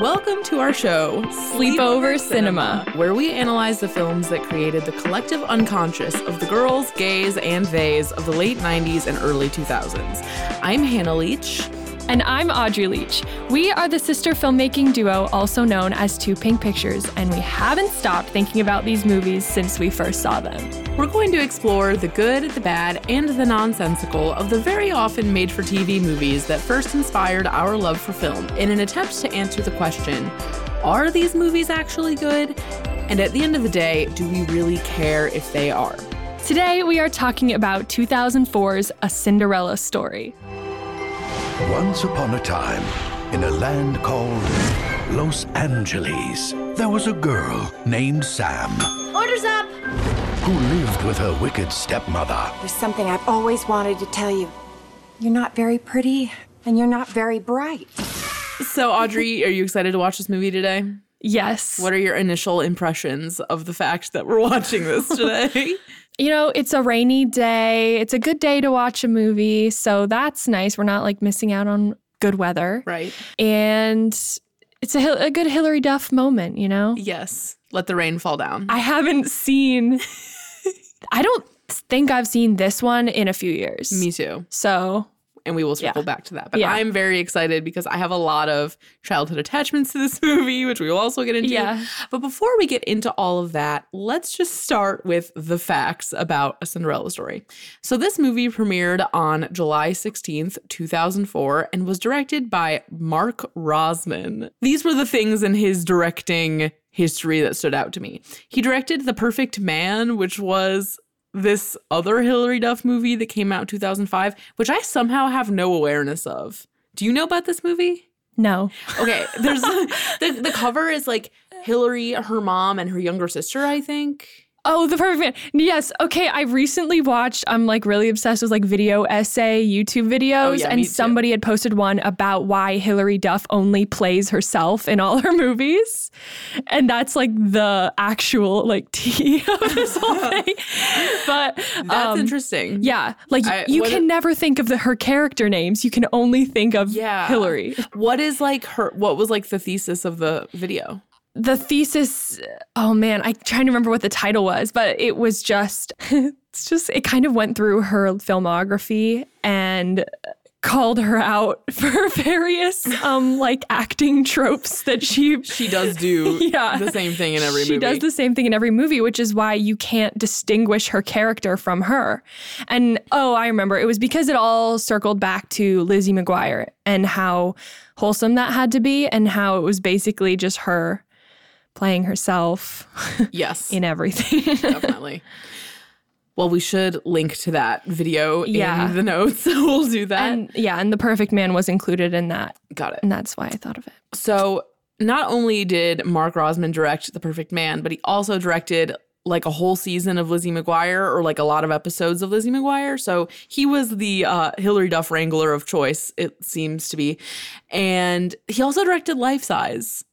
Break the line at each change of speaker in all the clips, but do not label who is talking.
Welcome to our show,
Sleepover Cinema.
where we analyze the films that created the collective unconscious of the girls, gays, and theys of the late 90s and early 2000s. I'm Hannah Leach.
And I'm Audrey Leach. We are the sister filmmaking duo, also known as Two Pink Pictures, and we haven't stopped thinking about these movies since we first saw them.
We're going to explore the good, the bad, and the nonsensical of the very often made for TV movies that first inspired our love for film in an attempt to answer the question are these movies actually good? And at the end of the day, do we really care if they are?
Today, we are talking about 2004's A Cinderella Story.
Once upon a time, in a land called Los Angeles, there was a girl named Sam
Order's up!
who lived with her wicked stepmother.
There's something I've always wanted to tell you. You're not very pretty, and you're not very bright.
So, Audrey, are you excited to watch this movie today?
Yes.
What are your initial impressions of the fact that we're watching this today?
you know, it's a rainy day. It's a good day to watch a movie. So that's nice. We're not like missing out on good weather.
right.
And it's a, Hil- a good Hillary Duff moment, you know?
Yes. Let the rain fall down.
I haven't seen. I don't think I've seen this one in a few years.
Me too.
So
And we will circle
Yeah.
back to that. But
Yeah.
I'm very excited because I have a lot of childhood attachments to this movie, which we will also get into.
Yeah.
But before we get into all of that, let's just start with the facts about A Cinderella Story. So, this movie premiered on July 16th, 2004, and was directed by Mark Rosman. These were the things in his directing history that stood out to me. He directed The Perfect Man, which was this other Hillary Duff movie that came out in 2005, which I somehow have no awareness of. Do you know about this movie?
no.
Okay, there's the, the cover is like Hillary, her mom, and her younger sister, I think.
Oh, the perfect man. Yes. Okay. I recently watched. I'm like really obsessed with like video essay YouTube videos,
Oh, yeah, me
and
too.
somebody had posted one about why Hilary Duff only plays herself in all her movies, and that's like the actual like tea of this whole thing. But
That's
um,
interesting.
Yeah, like
I-
you
what
can
if-
never think of the, her character names. You can only think of
Yeah.
Hillary.
What is like her what was like the thesis of the video?
the thesis oh man i'm trying to remember what the title was but it was just it's just it kind of went through her filmography and called her out for various um like acting tropes that she
She does do
Yeah.
the same thing in every
she
movie.
does the same thing in every movie, which is why you can't distinguish her character from her. And oh, I remember it was because it all circled back to Lizzie McGuire and how wholesome that had to be, and how it was basically just her playing herself
yes.
in everything.
definitely. Well, we should link to that video
Yeah.
in the notes. So we'll do that.
and yeah, and the perfect man was included in that,
Got it.
and that's why I thought of it.
So not only did Mark Rosman direct The Perfect Man, but he also directed like a whole season of Lizzie McGuire or like a lot of episodes of Lizzie McGuire. So he was the uh, Hillary Duff wrangler of choice, it seems to be. And he also directed Life Size,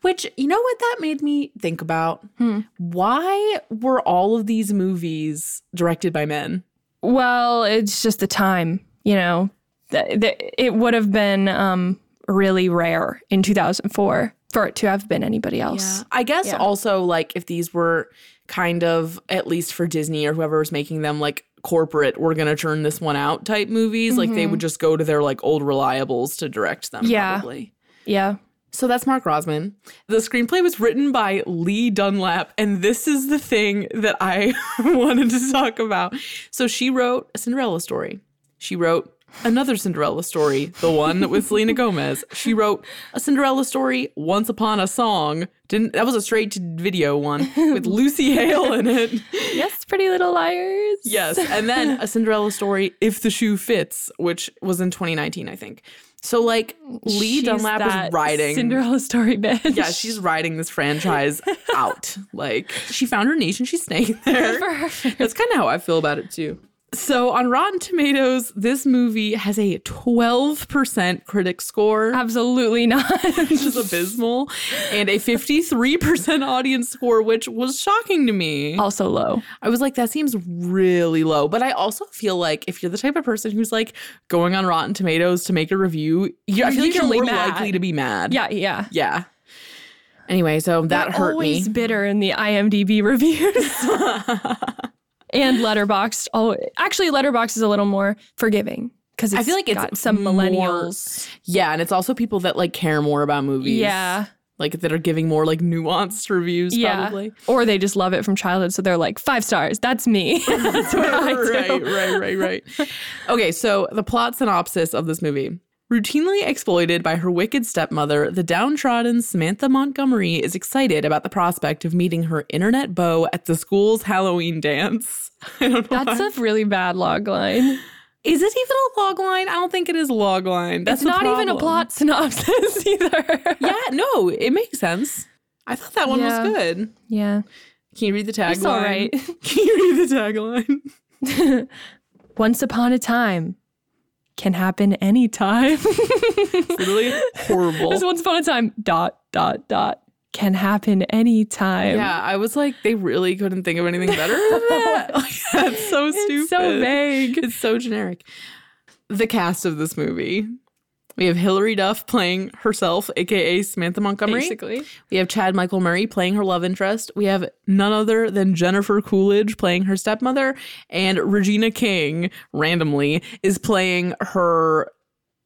which, you know what that made me think about?
Hmm.
Why were all of these movies directed by men?
Well, it's just the time, you know. Th- th- it would have been um, really rare in 2004 for it to have been anybody else.
I guess
Yeah.
also like if these were kind of at least for Disney or whoever's making them like corporate, we're gonna turn this one out type movies, like they would just go to their like old reliables to direct them.
Mm-hmm. Yeah.
Probably.
Yeah.
So that's Mark Rosman. The screenplay was written by Lee Dunlap, and this is the thing that I wanted to talk about. So she wrote a Cinderella story. She wrote another Cinderella story, the one with Selena Gomez. She wrote a Cinderella story, Once Upon a Song. Didn't that was a straight to video one with Lucy Hale in it.
Yes, Pretty Little Liars.
Yes. And then a Cinderella story, If the Shoe Fits, which was in 2019, I think. So like Lee
She's
Dunlap was
that
writing
Cinderella story bitch.
yeah, she's riding this franchise out. Like she found her niche and she's staying there. That's kind of how I feel about it too. So on Rotten Tomatoes, this movie has a 12% critic score.
Absolutely not.
which is abysmal, and a 53% audience score, which was shocking to me.
also low.
I was like, that seems really low. But I also feel like if you're the type of person who's like going on Rotten Tomatoes to make a review, you I
You're
feel like you're
usually
more
mad.
likely to be mad.
Yeah, yeah.
Yeah. Anyway, so that
They're
hurt
always
me.
bitter in the IMDb reviews. and Letterboxd. Oh, actually, Letterboxd is a little more forgiving because
I feel like it's
got some
more-
millennials.
Yeah, and it's also people that like care more about movies.
Yeah,
Like that are giving more like nuanced reviews
yeah.
probably.
Or they just love it from childhood, so they're like five stars. That's me. That's what I
right,
do.
right, right, right. okay, so the plot synopsis of this movie. Routinely exploited by her wicked stepmother, the downtrodden Samantha Montgomery is excited about the prospect of meeting her internet beau at the school's Halloween dance. I don't know.
That's a really bad log line.
Is it even a log line? I don't think it is a log line. That's
it's
the
not even a
problem.
plot synopsis either.
Yeah, no, it makes sense. I thought that one
Yeah.
was good.
Yeah.
Can you read the tagline?
It's all right.
Can you read the tagline?
Once upon a time can happen anytime.
Literally horrible.
Just once upon a time, dot, dot, dot, can happen anytime.
Yeah, I was like, they really couldn't think of anything better than that. Like, that's so stupid.
It's so vague.
It's so generic. The cast of this movie. We have Hilary Duff playing herself, aka Samantha Montgomery.
Basically.
We have Chad Michael Murray playing her love interest. We have none other than Jennifer Coolidge playing her stepmother, and Regina King randomly is playing her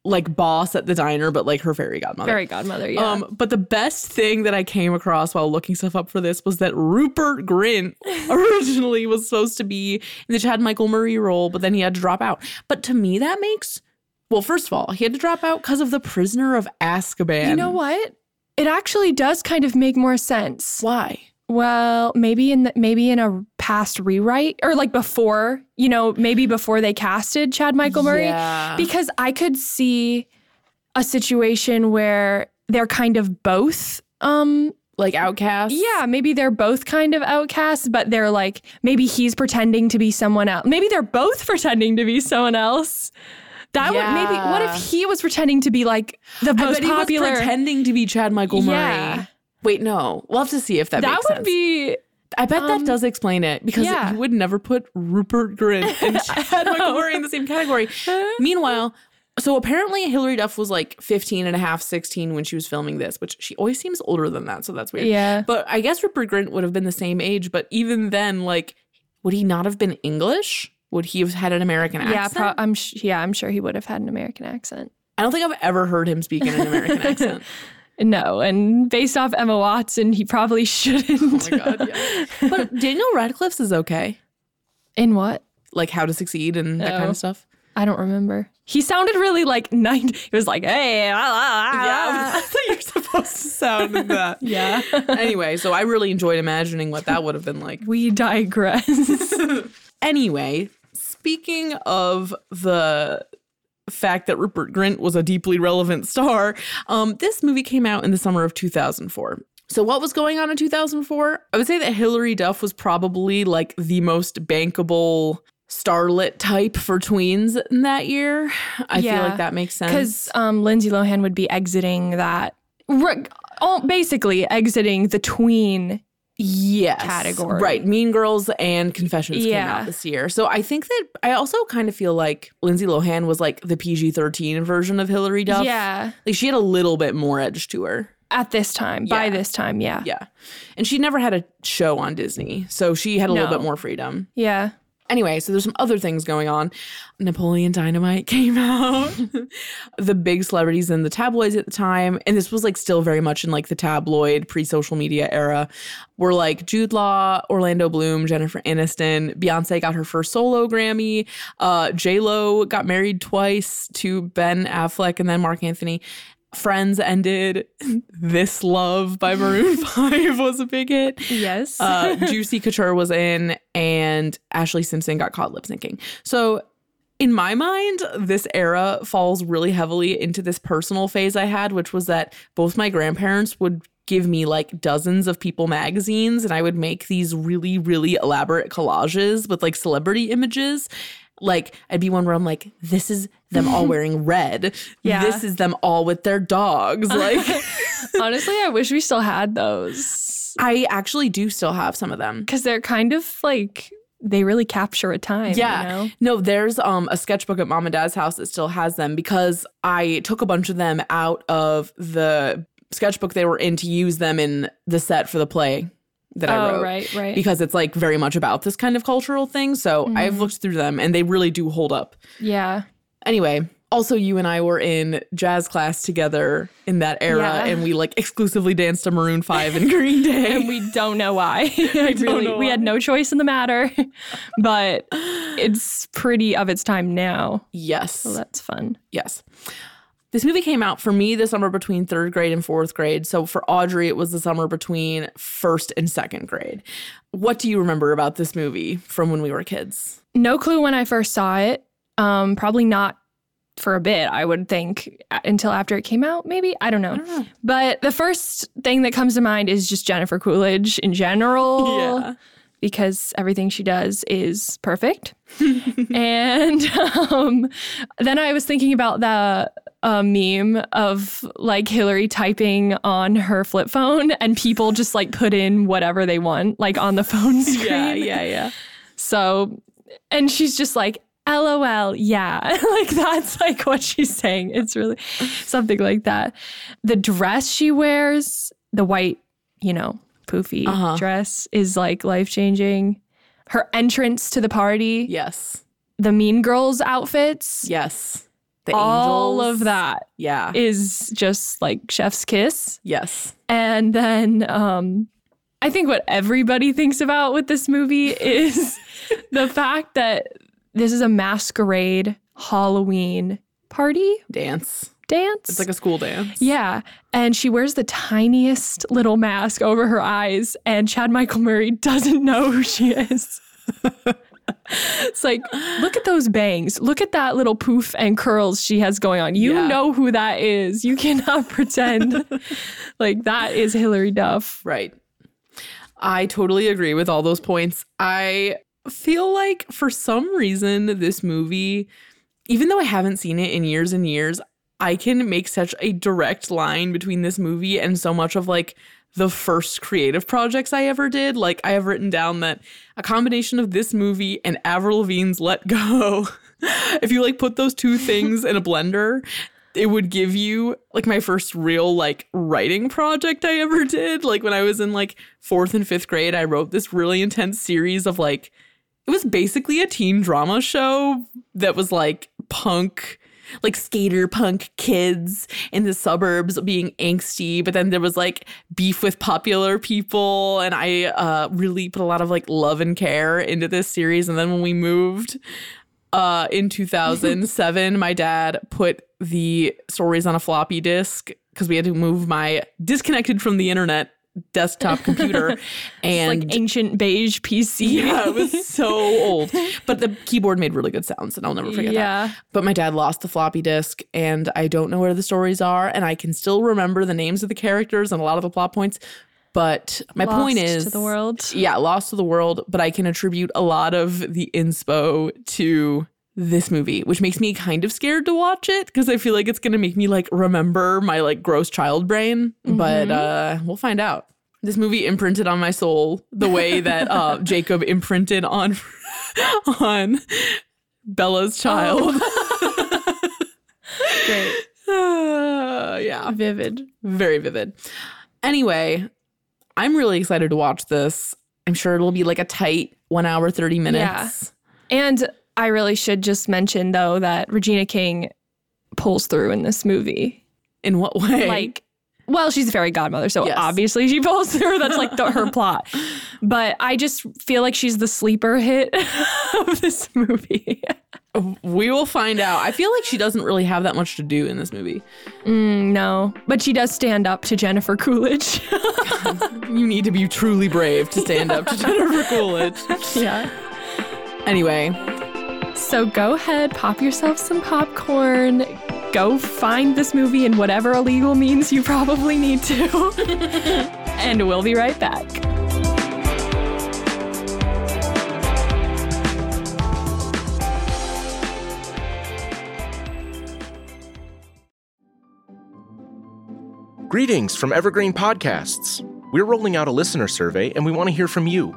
like boss at the diner, but like her fairy godmother.
Fairy godmother, yeah.
Um, but the best thing that I came across while looking stuff up for this was that Rupert Grint originally was supposed to be in the Chad Michael Murray role, but then he had to drop out. But to me, that makes well, first of all, he had to drop out because of the Prisoner of Azkaban.
you know what? It actually does kind of make more sense.
Why?
Well, maybe in the, maybe in a past rewrite or like before, you know, maybe before they casted Chad Michael Murray,
Yeah.
because I could see a situation where they're kind of both um
like Outcast.
Yeah, maybe they're both kind of outcasts, but they're like maybe he's pretending to be someone else. Maybe they're both pretending to be someone else. That would maybe what
Yeah.
if he was pretending to be like the
I
most
bet he was
popular?
pretending to be Chad Michael Murray.
Yeah.
Wait, no. We'll have to see if that,
that
makes
would
sense.
be
I bet that
um,
does explain it because
yeah.
you would never put Rupert Grint and Chad Michael Murray in the same category. Meanwhile, so apparently Hilary Duff was like 15 and a half, 16 when she was filming this, which she always seems older than that, so that's weird.
Yeah.
But I guess Rupert Grint would have been the same age, but even then, like, would he not have been English? Would he have had an American
yeah.
accent?
Pro- I'm sh- yeah. I'm sure he would have had an American accent.
I don't think I've ever heard him speak in an American accent.
No, and based off Emma Watson, he probably shouldn't.
Oh my god, yeah. But Daniel Radcliffe's is okay.
In what?
Like how to succeed and that kind
Oh.
of stuff.
I don't remember. He sounded really like nine. It was like hey, ah, ah, ah."
that's how you're supposed to sound in that.
yeah.
anyway, so I really enjoyed imagining what that would have been like.
we digress.
Anyway, speaking of the fact that Rupert Grint was a deeply relevant star, um, this movie came out in the summer of 2004. So, what was going on in 2004? I would say that Hilary Duff was probably like the most bankable starlet type for tweens in that year. I feel
Yeah.
like that makes sense.
because um, Lindsay Lohan would be exiting that, re- all, basically exiting the tween.
yes
category.
right mean girls and confessions came
Yeah.
out this year so i think that i also kind of feel like lindsay lohan was like the pg-13 version of hillary duff
Yeah,
like she had a little bit more edge to her
at this time, by
Yeah.
this time, yeah,
yeah and she never had a show on disney so she had a little
No.
bit more freedom
yeah.
Anyway, so there's some other things going on. Napoleon Dynamite came out. the big celebrities in the tabloids at the time, and this was like still very much in like the tabloid pre-social media era, were like Jude Law, Orlando Bloom, Jennifer Aniston, Beyonce got her first solo Grammy, uh, J Lo got married twice to Ben Affleck and then Mark Anthony. Friends ended. This Love by Maroon 5 was a big hit
Yes.
uh, Juicy Couture was in, and Ashley Simpson got caught lip syncing. So, in my mind, this era falls really heavily into this personal phase I had, which was that both my grandparents would give me like dozens of people magazines, and I would make these really, really elaborate collages with like celebrity images. Like I'd be one where I'm like, this is them all wearing red.
Yeah.
This is them all with their dogs. Like
Honestly, I wish we still had those
I actually do still have some of them.
because they're kind of like they really capture a time.
Yeah.
You know?
No, there's um a sketchbook at mom and dad's house that still has them because I took a bunch of them out of the sketchbook they were in to use them in the set for the play that I
Oh,
wrote.
right, right.
Because it's like very much about this kind of cultural thing. So
Mm-hmm.
I've looked through them and they really do hold up.
yeah.
Anyway, also you and I were in jazz class together in that era
Yeah.
and we like exclusively danced to Maroon 5 and Green Day.
And we don't know why. I really,
know
we
why.
had no choice in the matter, but it's pretty of its time now.
yes.
So that's fun.
Yes. This movie came out for me the summer between third grade and fourth grade. So for Audrey, it was the summer between first and second grade. What do you remember about this movie from when we were kids?
No clue when I first saw it. Um, probably not for a bit, I would think, a- until after it came out, maybe. I don't know. But the first thing that comes to mind is just Jennifer Coolidge in general.
Yeah.
Because everything she does is perfect. and um, then I was thinking about the uh, meme of like Hillary typing on her flip phone and people just like put in whatever they want, like on the phone screen.
yeah.
So, and she's just like, LOL, yeah. like that's like what she's saying. It's really something like that. The dress she wears, the white, you know, poofy
Uh-huh.
dress is like life changing. Her entrance to the party,
Yes.
the Mean Girls outfits,
Yes. The
all
angels. Uh-huh.
of that
Yeah.
is just like chef's kiss.
yes.
And then um, I think what everybody thinks about with this movie is the fact that this is a masquerade Halloween party
Dance.
dance.
It's like a school dance.
yeah, and she wears the tiniest little mask over her eyes, and Chad Michael Murray doesn't know who she is. it's like, look at those bangs. Look at that little poof and curls she has going on. You
Yeah.
know who that is. You cannot pretend like that is Hillary Duff.
Right. I totally agree with all those points. I feel like for some reason, this movie, even though I haven't seen it in years and years, I can make such a direct line between this movie and so much of like the first creative projects I ever did. Like, I have written down that a combination of this movie and Avril Lavigne's Let Go, if you like put those two things in a blender, it would give you like my first real like writing project I ever did. Like when I was in like fourth and fifth grade, I wrote this really intense series of like, it was basically a teen drama show that was like punk, like skater punk kids in the suburbs being angsty. But then there was like beef with popular people. And I uh, really put a lot of like love and care into this series. And then when we moved, uh, in 2007, my dad put the stories on a floppy disk because we had to move my disconnected from the internet desktop computer and
like ancient beige PC.
yeah, it was so old. But the keyboard made really good sounds, and I'll never forget
Yeah.
that. But my dad lost the floppy disk, and I don't know where the stories are, and I can still remember the names of the characters and a lot of the plot points. But my point
Lost
is
to the world.
Yeah, lost to the world. But I can attribute a lot of the inspo to this movie, which makes me kind of scared to watch it because I feel like it's gonna make me like remember my like gross child brain. But
Mm-hmm.
uh, we'll find out this movie imprinted on my soul the way that uh, Jacob imprinted on on Bella's child.
Great.
Uh, yeah,
Vivid.
very vivid. Anyway, I'm really excited to watch this. I'm sure it'll be like a tight one hour thirty minutes.
And I really should just mention though that Regina King pulls through in this movie.
In what way?
Like well, she's a fairy godmother, so
Yes.
obviously she pulls through. That's like the, her plot. But I just feel like she's the sleeper hit of this movie.
we will find out. I feel like she doesn't really have that much to do in this movie.
no, but she does stand up to Jennifer Coolidge.
You need to be truly brave to stand up to Jennifer Coolidge.
yeah.
Anyway,
So go ahead, pop yourself some popcorn. Go find this movie in whatever illegal means you probably need to. and we'll be right back.
Greetings from Evergreen Podcasts. We're rolling out a listener survey and we want to hear from you.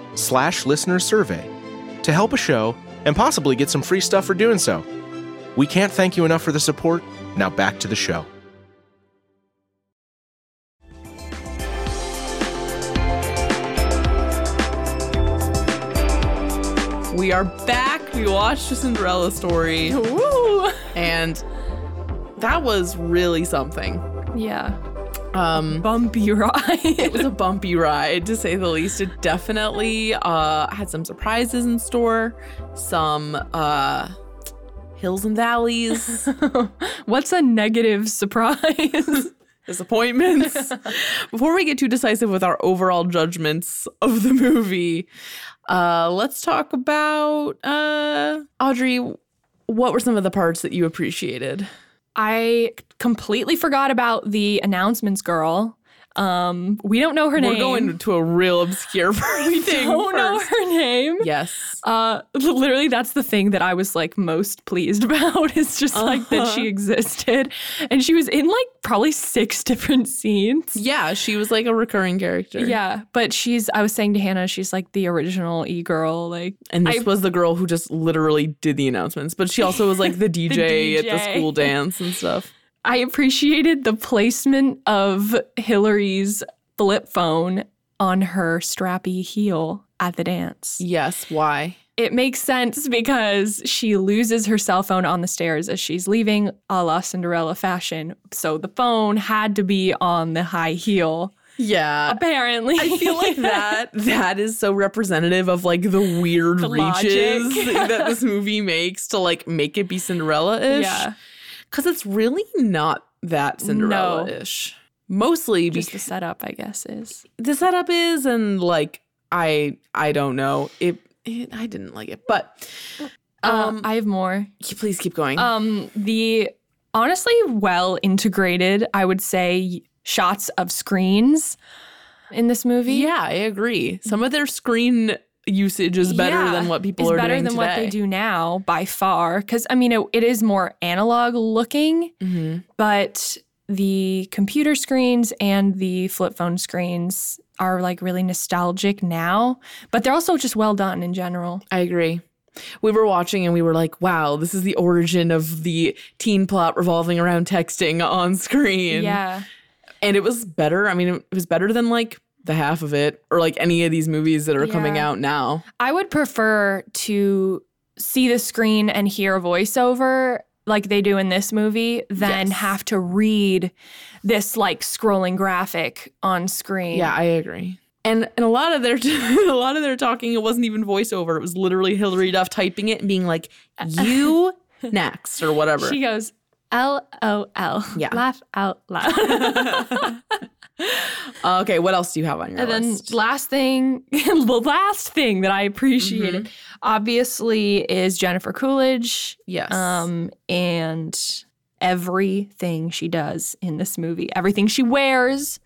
slash listener survey to help a show and possibly get some free stuff for doing so. We can't thank you enough for the support. Now back to the show.
We are back. We watched the Cinderella story,
Woo!
and that was really something.
Yeah.
Um,
Bumpy
it
ride.
was a bumpy ride, to say the least. It definitely uh, had some surprises in store, some uh, hills and valleys,
What's a negative surprise?
disappointments. Before we get too decisive with our overall judgments of the movie, uh, let's talk about uh, Audrey. What were some of the parts that you appreciated?
I completely forgot about the announcements girl. Um, we don't know her name.
We're going to a real obscure thing.
Don't know
first.
her name.
Yes.
Uh, li- literally, that's the thing that I was like most pleased about. Is just
Uh-huh.
like that she existed, and she was in like probably six different scenes.
Yeah, she was like a recurring character.
Yeah, but she's. I was saying to Hannah, she's like the original e girl. Like
And this
I-
was the girl who just literally did the announcements, but she also was like the DJ, at the
DJ.
school dance and stuff.
I appreciated the placement of Hillary's flip phone on her strappy heel at the dance.
Yes, why?
It makes sense because she loses her cell phone on the stairs as she's leaving, a la Cinderella fashion. So the phone had to be on the high heel,
Yeah.
apparently.
Uh, I feel like that that is so representative of like the weird
The logic.
reaches that this movie makes to like make it be Cinderella-ish.
yeah,
Cause it's really not that Cinderella-ish. Mostly
just the
because
setup, I guess, is.
the setup is and like I I don't know. It, it I didn't like it. But
Um,
Um,
I have more.
please keep going.
Um, the honestly well integrated, I would say, shots of screens in this movie.
Yeah, I agree. Some of their screen usage is better
Yeah,
than what people
It's
are
better
doing
than what they
today.
do now by far. Because I mean, it, it is more analog looking,
Mhm.
but the computer screens and the flip phone screens are like really nostalgic now. But they're also just well done in general.
I agree. We were watching and we were like, wow, this is the origin of the teen plot revolving around texting on screen.
yeah,
And it was better. I mean, it was better than like the half of it or like any of these movies that are coming
Yeah.
out now.
I would prefer to see the screen and hear a voiceover like they do in this movie than
Yes.
have to read this like scrolling graphic on screen.
Yeah, I agree. And and a lot of their a lot of their talking it wasn't even voiceover. It was literally Hillary Duff typing it and being like, "You next" or whatever.
She goes, L O L.
Yeah.
Laugh out loud.
okay, what else do you have on your
and then
list?
last thing, the last thing that I appreciated, obviously, is Jennifer Coolidge.
Mm-hmm. Yes.
Um, and everything she does in this movie, everything she wears,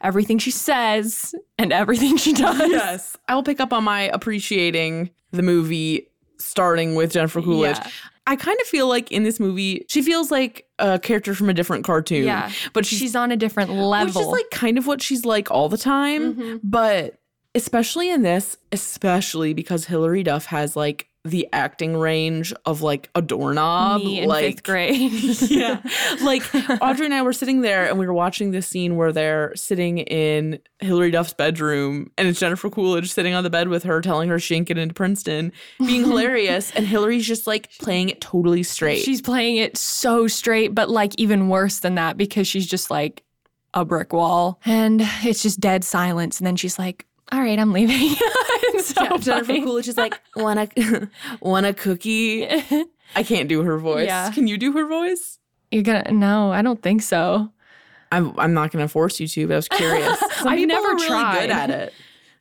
everything she says, and everything she does.
yes, I will pick up on my appreciating the movie starting with Jennifer Coolidge.
Yeah.
I kind of feel like in this movie, she feels like a character from a different cartoon.
Yeah.
But she's,
She's on a different level. Mm-hmm.
Which is like kind of what she's like all the time. But especially in this, especially because Hilary Duff has like the acting range of like a doorknob.
me in
like
fifth grade.
yeah. Like Audrey and I were sitting there and we were watching this scene where they're sitting in Hillary Duff's bedroom and it's Jennifer Coolidge sitting on the bed with her telling her she ain't getting into Princeton, being hilarious. And Hillary's just like playing it totally straight.
She's playing it so straight, but like even worse than that because she's just like a brick wall and it's just dead silence. And then she's like, all right, I'm leaving. It's so
Yeah, Jennifer
funny.
Coolidge is like, want a, want a cookie? I can't do her voice.
Yeah.
Can you do her voice?
You're gonna, no, I don't think so.
I'm, I'm not going to force you to, but I was curious. Some
I've
people
never
are really
tried.
good at it.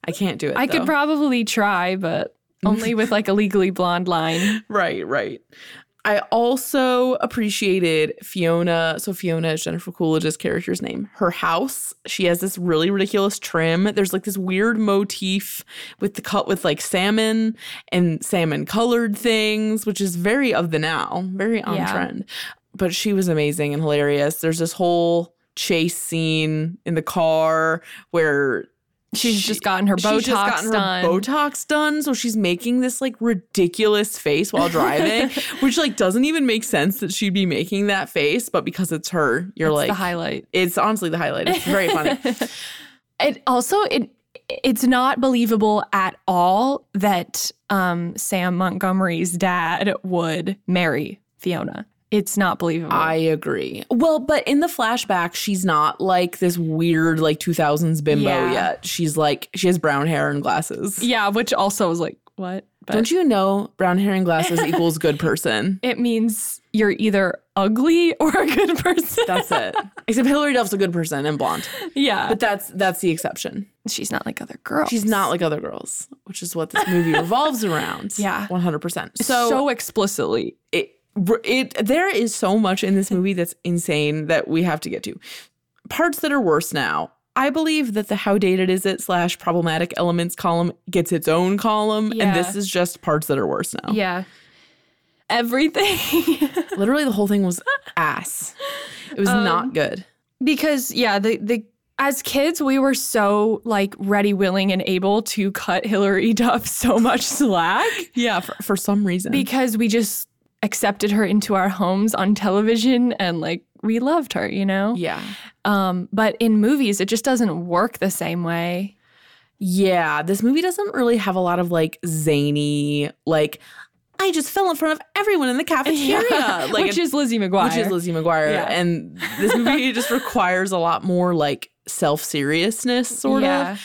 I can't do it.
I
though.
could probably try, but only with like a legally blonde line.
Right, right. I also appreciated Fiona. So Fiona is Jennifer Coolidge's character's name. Her house. She has this really ridiculous trim. There's like this weird motif with the cut with like salmon and salmon colored things, which is very of the now, very on
Yeah.
trend. But she was amazing and hilarious. There's this whole chase scene in the car where
She's
She-
just gotten her Botox
She's just gotten
done.
her Botox done, so she's making this like ridiculous face while driving, which like doesn't even make sense that she'd be making that face, but because it's her, you're
It's
like
the highlight.
It's honestly the highlight. It's very funny.
It also it it's not believable at all that um, Sam Montgomery's dad would marry Fiona. It's not believable.
I agree. Well, but in the flashback, she's not like this weird like 2000s bimbo
Yeah.
yet. She's like she has brown hair and glasses.
yeah, which also was like what? But
Don't you know brown hair and glasses equals good person?
it means you're either ugly or a good person.
That's it. Except Hillary Duff's a good person and blonde,
yeah,
but that's that's the exception.
she's not like other girls.
She's not like other girls, which is what this movie revolves around.
Yeah.
100%.
so,
So,
explicitly.
it, it there is so much in this movie that's insane that we have to get to. Parts that are worse now. I believe that the how dated is it slash problematic elements column gets its own column,
Yeah.
and this is just parts that are worse now.
Yeah, everything.
Literally, the whole thing was ass. It was
Um,
not good.
because yeah the the as kids we were so like ready willing and able to cut hillary duff so much slack
Yeah, for, for some reason.
because we just accepted her into our homes on television and like we loved her you know
yeah.
um but in movies it just doesn't work the same way
Yeah, this movie doesn't really have a lot of like zany, like I just fell in front of everyone in the cafeteria, like
which is lizzie mcguire
which is Lizzie McGuire,
Yeah.
and this movie just requires a lot more like self seriousness, sort
yeah.
of,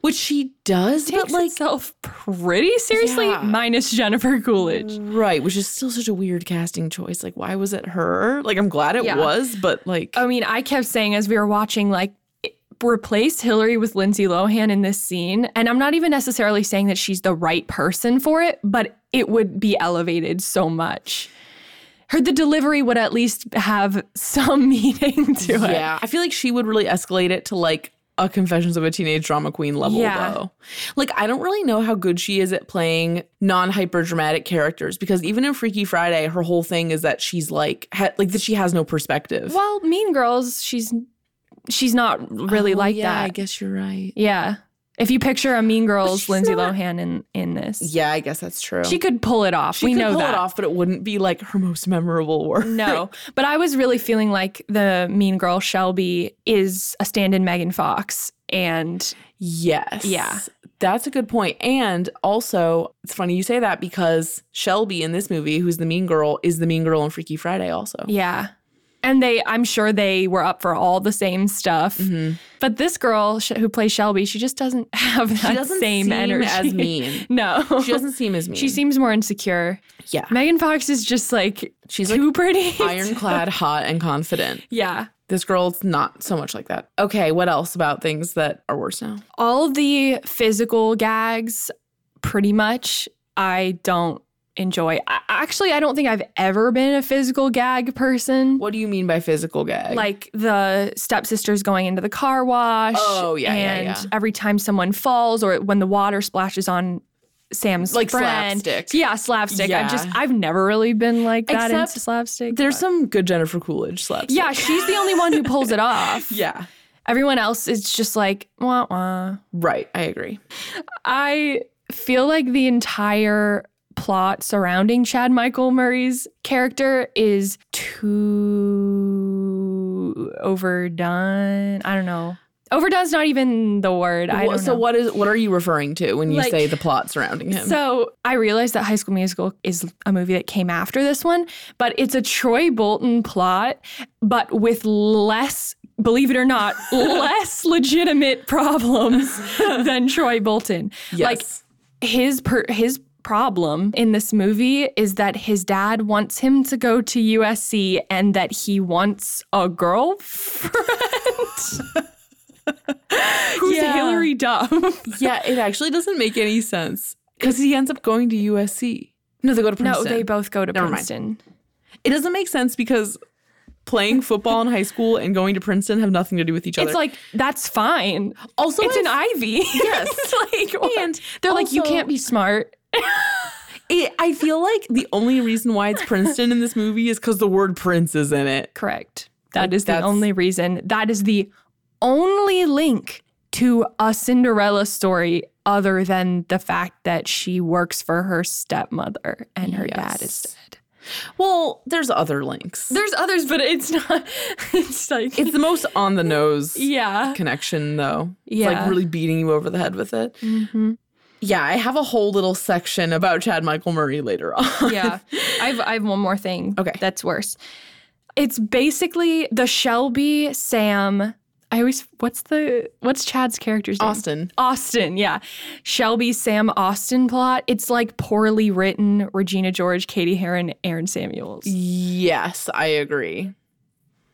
which she does,
takes
but like
itself pretty seriously
Yeah.
minus jennifer coolidge
right, which is still such a weird casting choice. Like, why was it her? Like, I'm glad it
Yeah.
was, but like,
I mean, I kept saying as we were watching, like, it- replace Hillary with Lindsay Lohan in this scene. And I'm not even necessarily saying that she's the right person for it, but it would be elevated so much. Her the delivery would at least have some meaning to it.
Yeah, I feel like she would really escalate it to like a Confessions of a Teenage Drama Queen level,
Yeah.
though. Like, I don't really know how good she is at playing non hyper dramatic characters because even in Freaky Friday, her whole thing is that she's like, ha- like that she has no perspective.
Well, Mean Girls, she's she's not really
Oh,
like
yeah, I
that.
guess you're right.
Yeah. If you picture a Mean Girls
she's
Lindsay
not-
Lohan in in this,
Yeah, I guess that's true.
she could pull it off.
She
we
could
know
pull
that.
it off, but it wouldn't be like her most memorable work.
No, but I was really feeling like the mean girl Shelby is a stand in Megan Fox. And
Yes.
Yeah.
That's a good point. And also, it's funny you say that because Shelby in this movie, who's the mean girl, is the mean girl in Freaky Friday also.
yeah. And they, I'm sure they were up for all the same stuff.
Mm-hmm.
But this girl sh- who plays Shelby, she just doesn't have that
she doesn't
same
seem
energy.
as mean.
No.
She doesn't seem as mean.
She seems more insecure.
yeah,
Megan Fox is just like,
She's,
too pretty.
ironclad, hot, and confident.
yeah.
This girl's not so much like that. Okay, what else about things that are worse now?
all the physical gags pretty much i don't enjoy I, actually i don't think i've ever been a physical gag person
What do you mean by physical gag?
like the stepsisters going into the car wash
Oh, yeah, yeah,
and
yeah.
every time someone falls or when the water splashes on sam's
Like
friend.
slapstick.
yeah slapstick i just
Yeah.
i've never really been like that
Except
into slapstick
there's
but-
some good Jennifer Coolidge slaps.
yeah she's the only one who pulls it off
yeah,
everyone else is just like wah wah
right. I agree.
I feel like the entire plot surrounding Chad Michael Murray's character is too overdone. I don't know. Overdone's not even the word. I
Wha-
don't
so
know.
what is what are you referring to when you
Like-
say the plot surrounding him?
So I realized that High School Musical is a movie that came after this one, but it's a Troy Bolton plot, but with less, believe it or not, less legitimate problems than Troy Bolton.
yes.
Like his per- his problem in this movie is that his dad wants him to go to USC and that he wants a girlfriend. Who's
Yeah.
Hillary Duff?
yeah, it actually doesn't make any sense because he ends up going to USC. No, they go to
No,
Princeton.
they both go to
Never mind.
Princeton.
It doesn't make sense because playing football in high school and going to Princeton have nothing to do with each other.
It's like that's fine.
also
it's an
I-
Ivy.
Yes.
It's like what?
And
they're like you
also-
can't be smart.
it, I feel like the only reason why it's Princeton in this movie is because the word Prince is in it.
Correct.
Like,
That is the
that's-
only reason. That is the only link to a Cinderella story other than the fact that she works for her stepmother and her dad
Yes.
is dead.
Well, there's other links.
There's others, but it's not it's like
it's the most on the nose
yeah.
connection, though. It's
Yeah.
like really beating you over the head with it.
Mm-hmm.
Yeah, I have a whole little section about Chad Michael Murray later on.
yeah. I've I've one more thing.
Okay.
That's worse. It's basically the Shelby Sam. I always what's the what's Chad's character's name?
Austin.
Austin, yeah. Shelby Sam Austin plot. It's like poorly written Regina George, Katie Heron, Aaron Samuels.
Yes, I agree.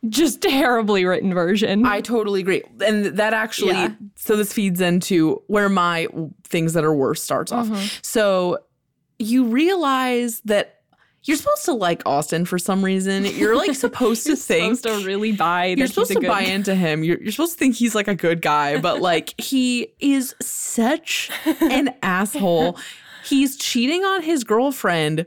Just terribly written version.
I totally agree. And that actually,
Yeah.
so this feeds into where my things that are worse starts off.
Mm-hmm.
So you realize that you're supposed to like Austin for some reason. You're like supposed to
You're
think.
supposed to really buy that
you're
he's
supposed
a
to
good-
buy into him. You're, you're supposed to think he's like a good guy, but like he is such an asshole. He's cheating on his girlfriend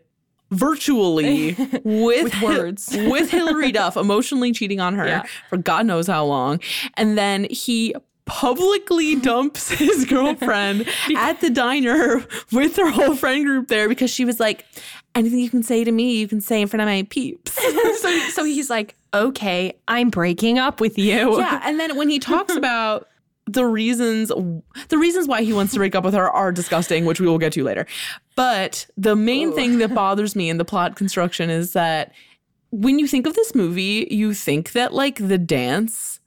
virtually with,
With words.
with Hillary Duff, emotionally cheating on her
Yeah.
for God knows how long. And then he publicly dumps his girlfriend at the diner with her whole friend group there because she was like, anything you can say to me, you can say in front of my peeps.
so, so he's like, okay, I'm breaking up with you.
yeah and then when he talks about the reasons the reasons why he wants to break up with her are disgusting which we will get to later but the main thing that bothers me in the plot construction is that when you think of this movie you think that like the dance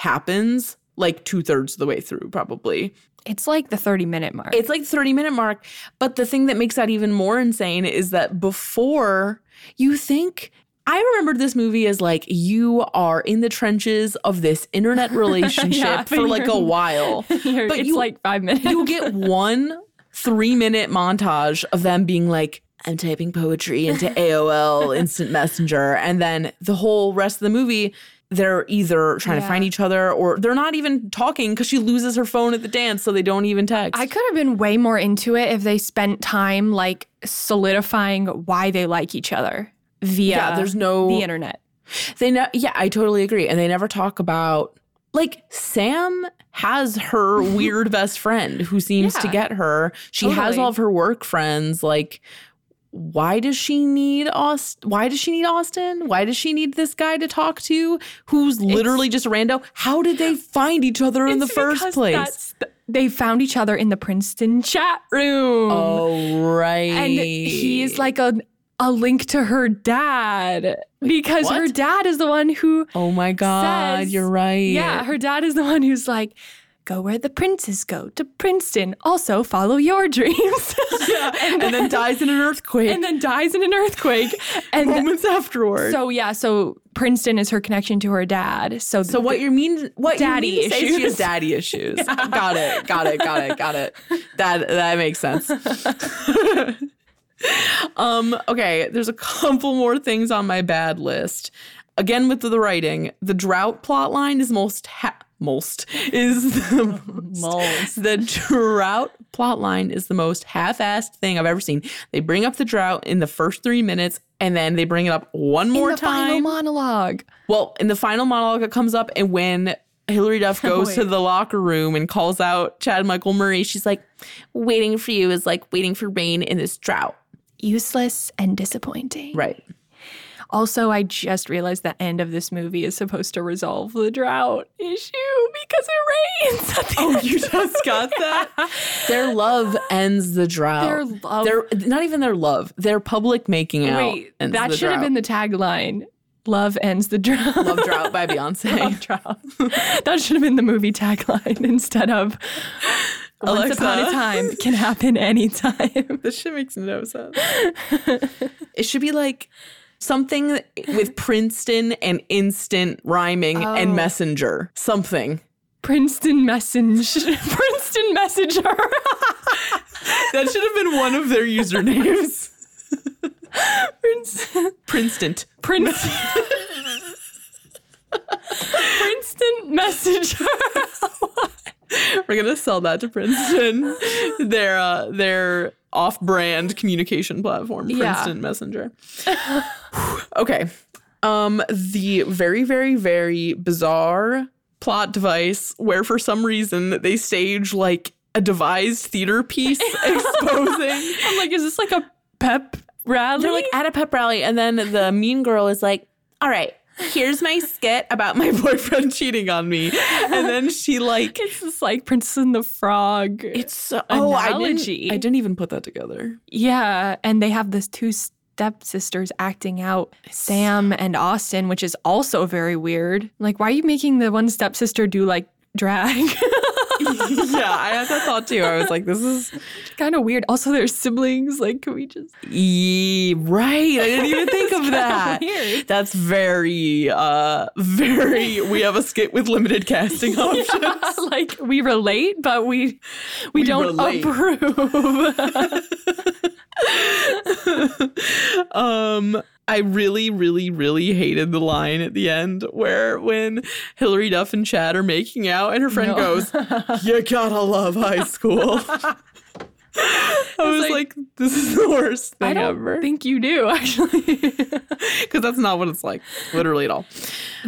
happens like two-thirds of the way through probably
It's like the 30 minute mark.
it's like the 30 minute mark. But the thing that makes that even more insane is that before you think, I remembered this movie as like you are in the trenches of this internet relationship for
and
like a
you're-
while.
You're-
but
it's
you-
like five minutes.
you get one three minute montage of them being like, I'm typing poetry into AOL Instant Messenger. And then the whole rest of the movie, they're either trying to
Yeah.
find each other or they're not even talking because she loses her phone at the dance. So they don't even text.
I could have been way more into it if they spent time like solidifying why they like each other via
Yeah, there's no-
the internet.
They know, yeah, I totally agree. And they never talk about like Sam has her weird best friend who seems to
Yeah.
get her. She has
Totally.
all of her work friends. Like, why does she need Austin? Why does she need Austin? Why does she need this guy to talk to who's literally just a rando? How did they find each other in the
It's
first
because
place?
that's the- they found each other in the Princeton chat room.
Oh, right.
and he is like a a link to her dad because her
what?
dad is the one who
oh my God,
says-
you're right.
yeah, her dad is the one who's like go where the princes go to Princeton. Also follow your dreams.
and, then dies in an earthquake
and then dies in an earthquake and
moments afterward.
So yeah, so Princeton is her connection to her dad. So
So what you mean? What
Daddy
you mean to say is She has
issues.
daddy issues. Got it. Got it. Got it. Got it. That that makes sense. um. Okay. There's a couple more things on my bad list. Again with the writing, the drought plot line is most ha- most is the most. the drought plot line is the most half-assed thing I've ever seen. They bring up the drought in the first three minutes, and then they bring it up one more
in the
time.
final monologue.
Well, in the final monologue, it comes up, and when Hillary Duff goes to
Oh, wait.
the locker room and calls out Chad Michael Murray, she's like, "Waiting for you is like waiting for rain in this drought."
Useless and disappointing.
Right.
Also, I just realized the end of this movie is supposed to resolve the drought issue because it rains. at the
Oh,
end.
you just got that. Their love ends the drought.
Their love-
Their not even their love. Their public making out.
Wait,
ends
that
the
should have
drought.
been the tagline. Love ends the drought.
love drought by Beyonce.
Love drought. that should have been the movie tagline instead of Once upon a
Alexa.
time can happen anytime.
This shit makes no sense. it should be like something with Princeton and instant rhyming
Oh.
and messenger. Something.
Princeton message. Princeton messenger.
That should have been one of their usernames.
Princeton.
Princeton.
Prince. Princeton messenger.
We're gonna sell that to Princeton. their uh, their off-brand communication platform,
Yeah.
Princeton Messenger. okay. Um, the very, very, very bizarre plot device where for some reason they stage like a devised theater piece exposing
I'm like, is this like a pep rally?
They're like at a pep rally, and then the mean girl is like, "All right, here's my skit about my boyfriend cheating on me," and then she like,
it's just like Princeton the Frog.
"It's uh, oh, I
Analogy.
didn't, I didn't even put that together."
Yeah, and they have this two stepsisters acting out Sam and Austin, which is also very weird. Like, why are you making the one stepsister do like drag?
yeah, I had that thought too. I was like, "This is
kind of weird. Also, they're siblings. Like, can we just
Ye- right." I didn't even think of
kinda
that.
weird.
That's very, uh, very. We have a skit with limited casting options.
like we relate, but we we, don't
relate.
approve.
Um, I really, really, really hated the line at the end where when Hillary Duff and Chad are making out and her friend
No.
goes, You gotta love high school. I was like,
like,
this is the worst
I
thing
don't
ever.
think you do actually.
Because that's not what it's like, literally at all.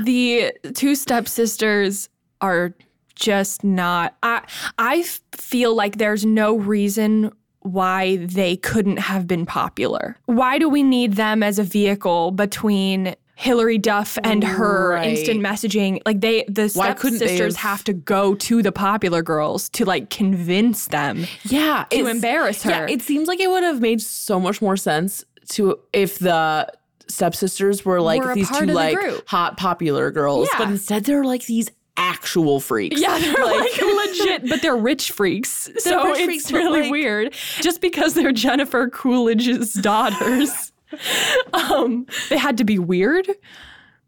the two stepsisters are just not i i f- feel like there's no reason why they couldn't have been popular why do we need them as a vehicle between Hillary Duff and her
Right.
instant messaging like they the
Why couldn't they
stepsisters
have-
have to go to the popular girls to like convince them
Yeah.
to
it's-
embarrass her
Yeah, it seems like it would have made so much more sense to if the stepsisters were like
Were a
these
part
two
of the
like
group.
hot popular girls,
Yeah.
but instead they're like these actual freaks.
Yeah, they're like, legit, but they're rich freaks. so
rich
it's
freaks, but,
really
like-
weird. Just because they're Jennifer Coolidge's daughters, um, they had to be weird,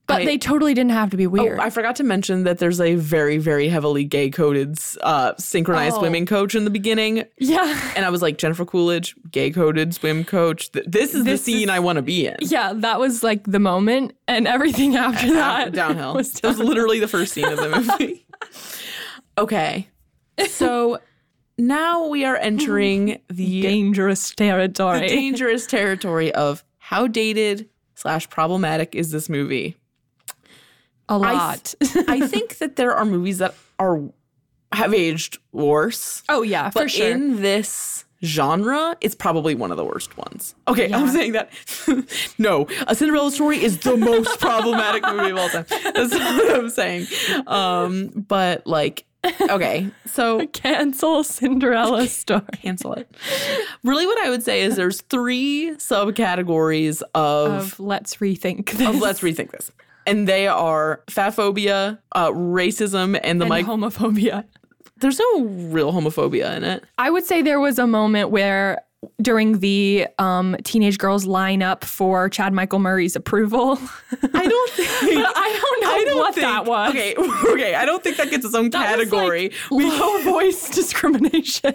but
I-
they totally didn't have to be
Oh,
weird.
I forgot to mention that there's a very, very heavily gay coded uh, synchronized
Oh.
swimming coach in the beginning.
yeah,
And I was like, Jennifer Coolidge, gay coded swim coach. Th- this is
This
the scene I want to be in.
yeah, that was like the moment, and everything after that
Downhill.
was
That was literally the first scene of the movie. okay. So now we are entering the
dangerous territory.
dangerous territory of how dated slash problematic is this movie?
A
I
lot.
th- I think that there are movies that are have aged worse.
oh yeah,
but in this genre, it's probably one of the worst ones. Okay, I'm saying that. no, A Cinderella Story is the most problematic movie of all time. That's what I'm saying. Um, but like, okay, so
Cancel Cinderella story.
cancel it. Really, what I would say is there's three subcategories of,
Of let's rethink this.
of let's rethink this. And they are fat phobia, uh, racism, and the
and
mic.
homophobia.
There's no real homophobia in it.
I would say there was a moment where during the um, teenage girls line up for Chad Michael Murray's approval.
I don't think.
But I don't know what that was.
Okay, okay. I don't think that gets its own
That was,
category.
like, low voice discrimination.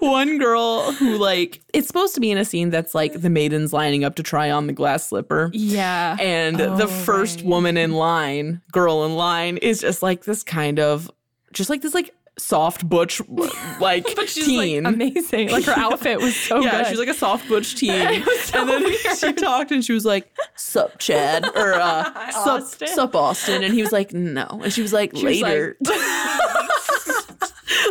One girl who like it's supposed to be in a scene that's like the maidens lining up to try on the glass slipper.
yeah.
And
Oh,
the first woman in line, girl in line, is just like this kind of just like this like soft butch like
but she's
teen.
like amazing. Like her outfit was so
yeah,
good.
she's like a soft butch teen.
so
and then she talked and she was like, Sup, Chad. Or uh sup,
Austin.
sup Austin. And he was like, No. And she was like,
was like-
later.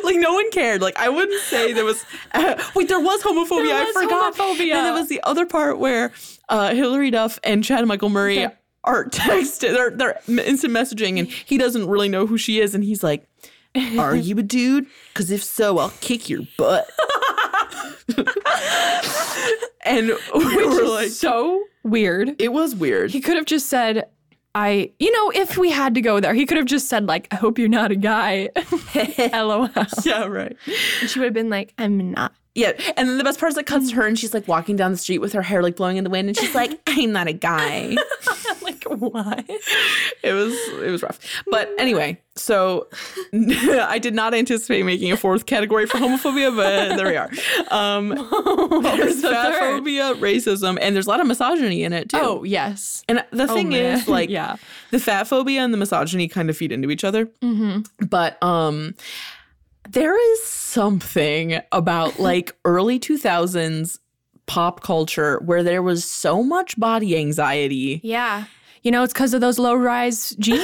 like no one cared. Like I wouldn't say there was. Uh, wait, there was homophobia.
There
I
was
forgot.
homophobia.
And there was the other part where uh, Hillary Duff and Chad Michael Murray
They're-
are texted. They're, they're instant messaging, and he doesn't really know who she is, and he's like. Are you a dude? Because if so, I'll kick your butt. and we were like,
so weird.
it was weird.
He could have just said, I, you know, if we had to go there, he could have just said, like, I hope you're not a guy. LOL.
Yeah, right.
And she would have been like, I'm not.
Yeah. And then the best part is it cuts to her and she's like walking down the street with her hair like blowing in the wind and she's like, I'm not a guy.
like, why?
it was it was rough. But anyway, so I did not anticipate making a fourth category for homophobia, but there we are. Um there's
the third?
fatphobia, racism, and there's a lot of misogyny in it too.
Oh, yes.
And the
Oh,
thing
man.
is, like,
Yeah.
the fat phobia and the misogyny kind of feed into each other.
Mm-hmm.
But um, there is something about like early 2000s pop culture where there was so much body anxiety.
Yeah. You know, it's because of those low rise jeans.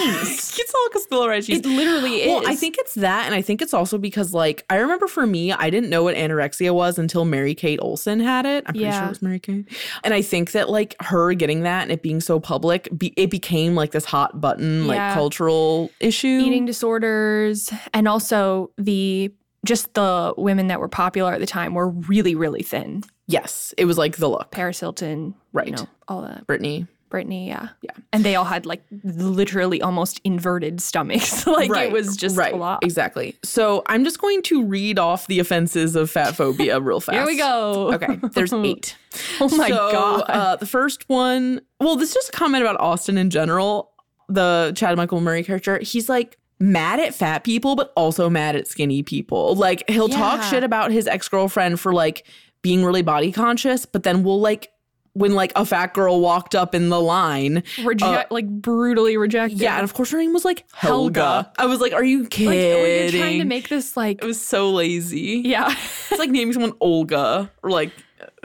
It's all because Bill O'Reilly's.
it literally is.
Well, I think it's that, and I think it's also because, like, I remember for me, I didn't know what anorexia was until Mary Kate Olsen had it. I'm pretty sure
Yeah.
it was Mary Kate, and I think that like her getting that and it being so public, be- it became like this hot button, like
Yeah.
cultural issue.
eating disorders and also the just the women that were popular at the time were really, really thin.
Yes, it was like the look,
Paris Hilton,
Right.
You know, all that.
Brittany.
Brittany, yeah,
Yeah.
and they all had like literally almost inverted stomachs. like
Right,
it was just
right,
a lot.
Exactly. So I'm just going to read off the offenses of fat phobia real fast.
Here we go.
Okay, there's eight.
Oh my
So,
god.
Uh, the first one. Well, this is just a comment about Austin in general. The Chad Michael Murray character. He's like mad at fat people, but also mad at skinny people. Like he'll talk
Yeah.
shit about his ex girlfriend for like being really body conscious, but then we'll like when like a fat girl walked up in the line.
Reject, like brutally rejected.
Uh, Yeah, and of course her name was like Helga.
Helga.
I was like, are you kidding?
like we're trying to make this like
it was so lazy.
yeah,
it's like naming someone Olga or like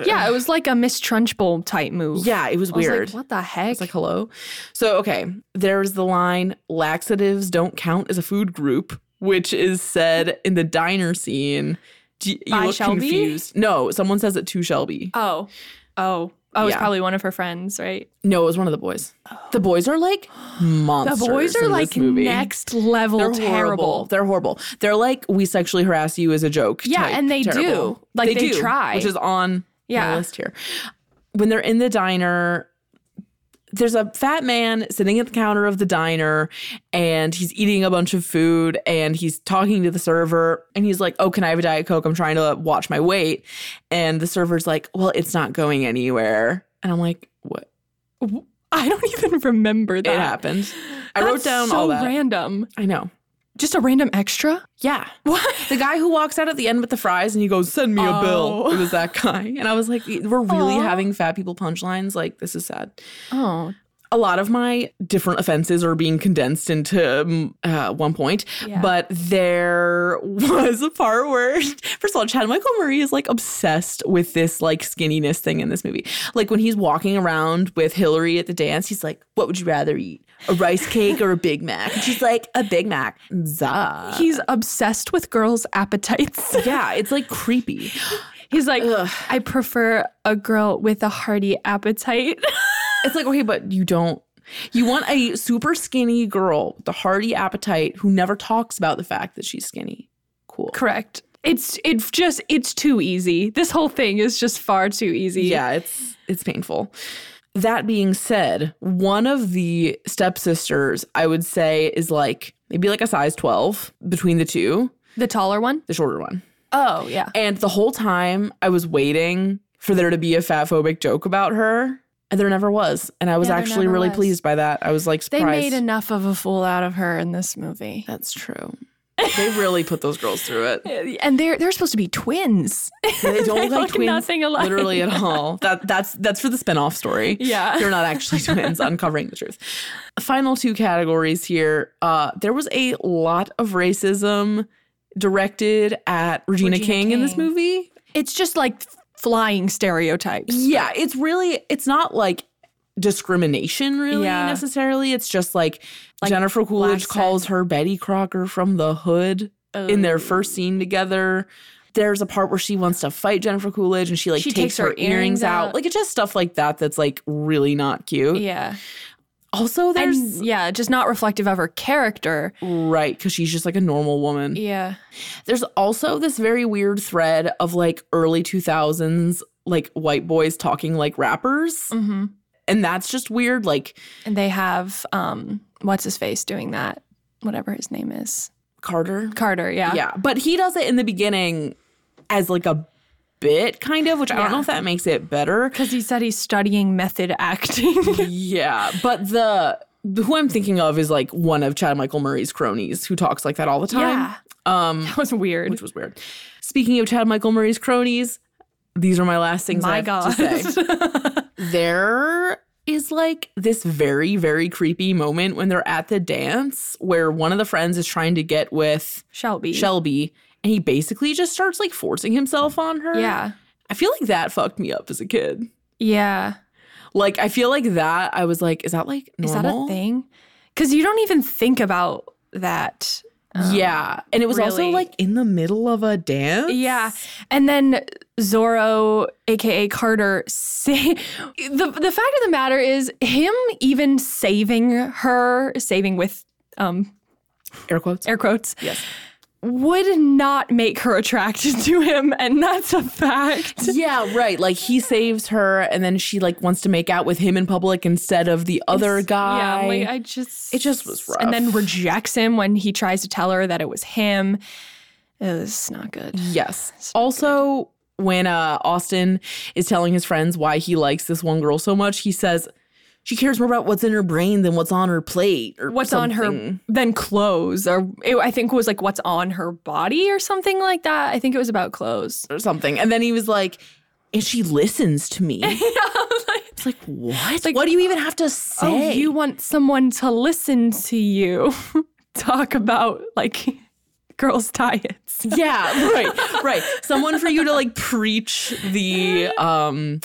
yeah. It was like a Miss Trunchbull type move.
yeah, it was
I was like,
weird.
what the heck?
It's like, hello. So, okay, there's the line laxatives don't count as a food group, which is said in the diner scene. Do you, you
By
look
Shelby?
confused. No, someone says it to Shelby.
oh, oh, oh. It was
Yeah.
probably one of her friends, right?
No, it was one of the boys. The boys are like monsters.
the boys are
in this
like
movie.
next level
They're
terrible.
horrible. They're horrible. They're like we sexually harass you as a joke.
Yeah,
type
and they do.
terrible.
Like, they try.
which is on yeah.
Yeah.
list here. When they're in the diner, there's a fat man sitting at the counter of the diner and he's eating a bunch of food and he's talking to the server and he's like, Oh, can I have a Diet Coke? I'm trying to watch my weight. And the server's like, Well, it's not going anywhere. And I'm like, What?
I don't even remember that.
It happened. I wrote
That's
down
so
all that.
random.
I know.
Just a random extra?
Yeah.
What?
The guy who walks out at the end with the fries and he goes, "Send me a bill."
Oh.
It was that guy, and I was like, "We're really
Aw.
having fat people punchlines. Like this is sad."
Oh,
A lot of my different offenses are being condensed into um, uh, one point,
Yeah.
but there was a part where, first of all, Chad Michael Murray is like obsessed with this like skinniness thing in this movie. Like when he's walking around with Hillary at the dance, he's like, "What would you rather eat?" A rice cake or a Big Mac? And she's like, a Big Mac. Zah.
he's obsessed with girls' appetites.
yeah, it's like creepy.
He's like, I prefer a girl with a hearty appetite.
It's like, okay, but you don't. You want a super skinny girl with a hearty appetite who never talks about the fact that she's skinny. Cool.
Correct. It's it's just it's too easy. This whole thing is just far too easy.
Yeah, it's it's painful. That being said, one of the stepsisters I would say is like maybe like a size 12 between the two,
The taller one?
the shorter one.
Oh, yeah.
And the whole time I was waiting for there to be a fatphobic joke about her, and there never was. And I was
Yeah, there
actually
never
really
was.
pleased by that. I was like
They
surprised.
made enough of a fool out of her in this movie.
That's true. They really put those girls through it.
And they're they're supposed to be twins.
They don't
They
look like
look
twins,
nothing alike.
literally at all. That that's that's for the spinoff story.
Yeah.
they're not actually twins. uncovering the truth. Final two categories here. Uh, there was a lot of racism directed at Regina,
Regina
King, in this
King.
movie.
It's just like flying stereotypes.
Yeah, it's really it's not like discrimination really
Yeah.
necessarily. It's just like,
Like
Jennifer Coolidge
accent.
calls her Betty Crocker from the hood. in
Oh.
their first scene together. There's a part where she wants to fight Jennifer Coolidge and she like
She
takes, her, earrings out. Like it's just stuff like that that's like really not cute.
Yeah.
Also, there's
And yeah, just not reflective of her character.
right because she's just like a normal woman.
Yeah.
There's also this very weird thread of like early 2000s like white boys talking like rappers.
Mm-hmm.
And that's just weird. Like
And they have um what's his face doing that? Whatever his name is.
Carter.
Carter, yeah.
Yeah. But he does it in the beginning as like a bit kind of, which I don't
Yeah.
know if that makes it better.
Cuz he said he's studying method
Mm-hmm.
acting.
Yeah, but the who I'm thinking of is like one of Chad Michael Murray's cronies who talks like that all the time,
Yeah. Um that was weird.
which was weird. Speaking of Chad Michael Murray's cronies, these are my last things I
My
have
god.
to say. there is like this very very creepy moment when they're at the dance where one of the friends is trying to get with
Shelby.
Shelby and he basically just starts like forcing himself on her.
Yeah.
I feel like that fucked me up as a kid.
Yeah.
Like I feel like that I was like is that like
Is
normal?
that a thing? Cuz you don't even think about that. um,
yeah. And it was also
really-
like in the middle of a dance.
Yeah. And then Zorro, aka Carter, sa- the the fact of the matter is him even saving her, saving with um
Air quotes.
air quotes,
yes.
would not make her attracted to him, and that's a fact.
yeah, right. Like he saves her and then she like wants to make out with him in public instead of the other guy.
Yeah, like I just
It just was rough.
And then rejects him when he tries to tell her that it was him. It was not good.
yes. Also when uh Austin is telling his friends why he likes this one girl so much, he says she cares more about what's in her brain than what's on her plate or
What's on her
something.
then clothes or it, I think was like what's on her body or something like that. I think it was about clothes.
or something. And then he was like and she listens to me. it's like what?
like,
what do you even have to say?
Oh, you want someone to listen to you talk about like girls' diets.
Yeah, right, right. Someone for you to like preach the um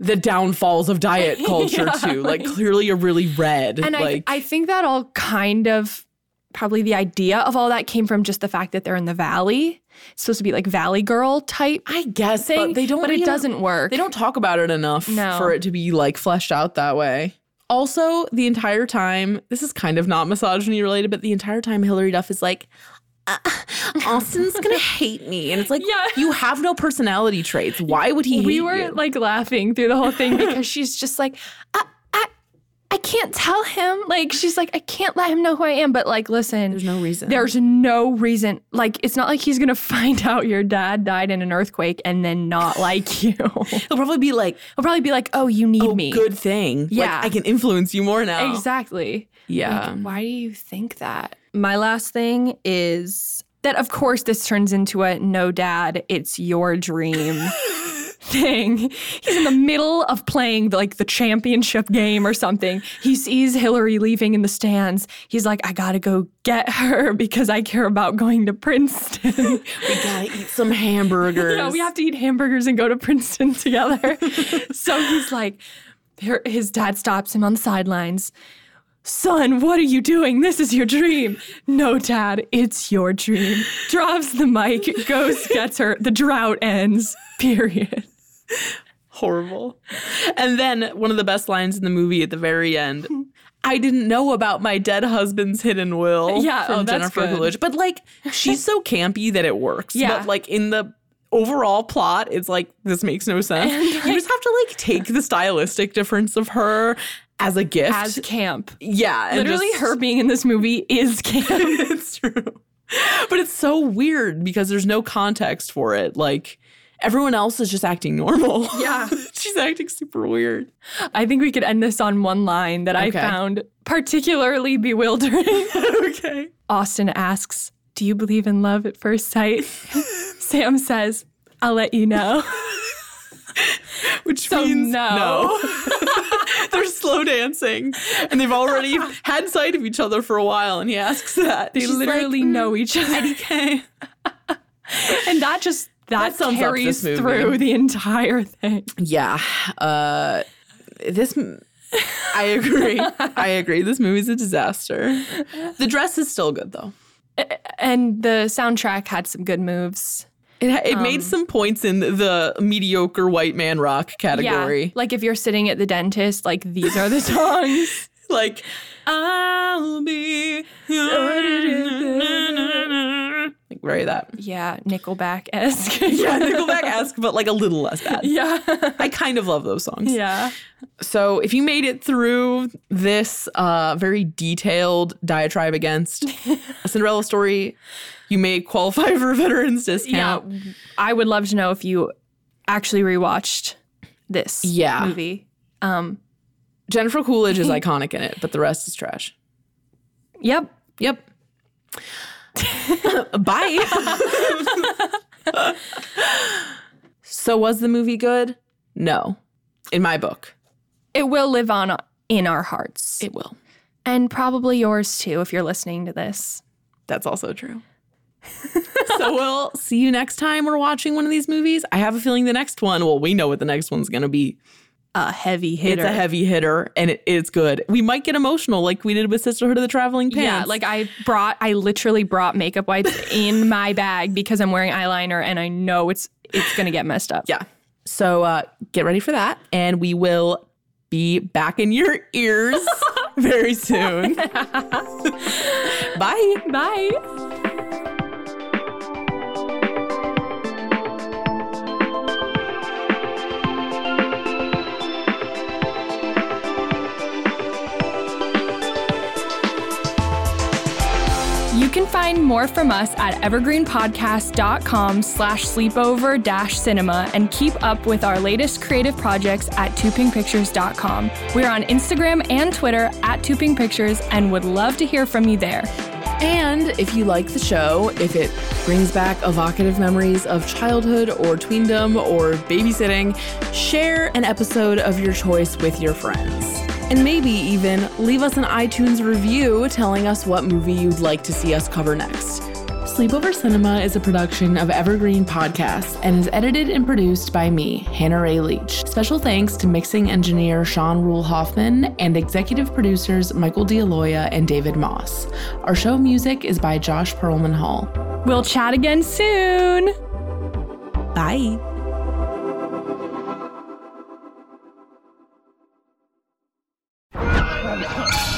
the downfalls of diet culture to. Like clearly you're really red.
And
like
I, I think that all kind of probably the idea of all that came from just the fact that they're in the valley. It's supposed to be like valley girl type
I guess
thing.
but they don't
but it
really-
doesn't work.
they don't talk about it enough
No.
for it to be like fleshed out that way. Also, the entire time, this is kind of not misogyny related, but the entire time Hillary Duff is like, "Uh, Austin's gonna hate me. And it's like,
Yeah.
you have no personality traits. Why would he
we
hate
were
you?
like laughing through the whole thing because she's just like, I, I, I can't tell him. Like, she's like, I can't let him know who I am. But like, listen,
There's no reason.
There's no reason. Like, it's not like he's gonna find out your dad died in an earthquake and then not like you. He'll
He'll probably be like,
probably be like, "Oh, you need
oh,
me." Oh.
good thing.
Yeah.
Like, I can influence you more now.
Exactly.
Yeah.
Like, why do you think that? My last thing is that, of course, this turns into a no dad, it's your dream thing. He's in the middle of playing like the championship game or something. He sees Hillary leaving in the stands. He's like, I gotta go get her because I care about going to Princeton.
we gotta eat some hamburgers.
No, we have to eat hamburgers and go to Princeton together. so he's like, here- his dad stops him on the sidelines. Son, what are you doing? This is your dream. No, dad, it's your dream. Drops the mic, goes, gets her. The drought ends, period.
horrible. And then one of the best lines in the movie at the very end. I didn't know about my dead husband's hidden will.
Yeah,
from
oh, that's
Jennifer
good.
Coolidge. But like, she's so campy that it works.
Yeah.
But like in the overall plot, it's like this makes no sense. you just have to like take the stylistic difference of her as a gift.
As camp.
yeah, and
Literally,
just-
her being in this movie is camp.
it's true. But it's so weird because there's no context for it. Like everyone else is just acting normal.
Yeah.
She's acting super weird.
I think we could end this on one line that I
Okay.
found particularly bewildering.
okay.
Austin asks, Do you believe in love at first sight? Sam says, I'll let you know.
Which
So
means
no.
no. They're slow dancing and they've already had sight of each other for a while and he asks that.
They
She's like,
literally
"Mm,
know each other.
Okay.
And that just that,
That sums up
carries
this movie.
through the entire thing.
Yeah. Uh this m- I agree. I agree. This movie's a disaster. The dress is still good though.
And the soundtrack had some good moves.
It, ha-
Um,
it made some points in the mediocre white man rock
Yeah.
category.
Like if you're sitting at the dentist, like these are the songs.
Like, I'll be. like, very that.
Yeah, Nickelback esque.
Yeah, Nickelback-esque, but like a little less bad.
yeah.
I kind of love those songs.
Yeah.
So if you made it through this uh, very detailed diatribe against a Cinderella story, you may qualify for a veterans discount.
Yeah. I would love to know if you actually rewatched this
Yeah.
movie. Um,
Jennifer Coolidge is iconic in it, but the rest is trash.
yep.
Yep. Bye. so was the movie good? No. In my book,
It will live on in our hearts.
it will.
and probably yours too if you're listening to this.
That's also true. so we'll see you next time we're watching one of these movies. I have a feeling the next one, well, we know what the next one's going to be.
A heavy hitter.
It's a heavy hitter and it is good. We might get emotional like we did with Sisterhood of the Traveling Pants.
Yeah, like I brought, I literally brought makeup wipes in my bag because I'm wearing eyeliner and I know it's it's gonna get messed up.
yeah. So uh, get ready for that and we will be back in your ears very soon. Bye.
Bye. You can find more from us at evergreenpodcast.com slash sleepover dash cinema and keep up with our latest creative projects at tupingpictures.com. We're on Instagram and Twitter at tupingpictures and would love to hear from you there.
And if you like the show, if it brings back evocative memories of childhood or tweendom or babysitting, share an episode of your choice with your friends. And maybe even leave us an iTunes review telling us what movie you'd like to see us cover next. Sleepover Cinema is a production of Evergreen Podcasts and is edited and produced by me, Hannah Ray Leach. Special thanks to mixing engineer Sean Rule Hoffman and executive producers Michael D'Aloia and David Moss. Our show music is by Josh Perlman Hall.
We'll chat again soon.
Bye.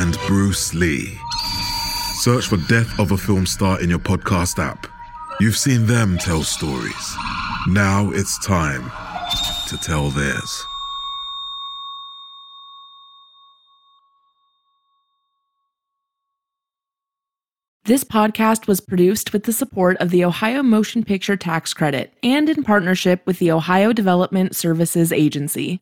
and Bruce Lee. Search for Death of a Film Star in your podcast app. You've seen them tell stories. Now it's time to tell theirs.
This podcast was produced with the support of the Ohio Motion Picture Tax Credit and in partnership with the Ohio Development Services Agency.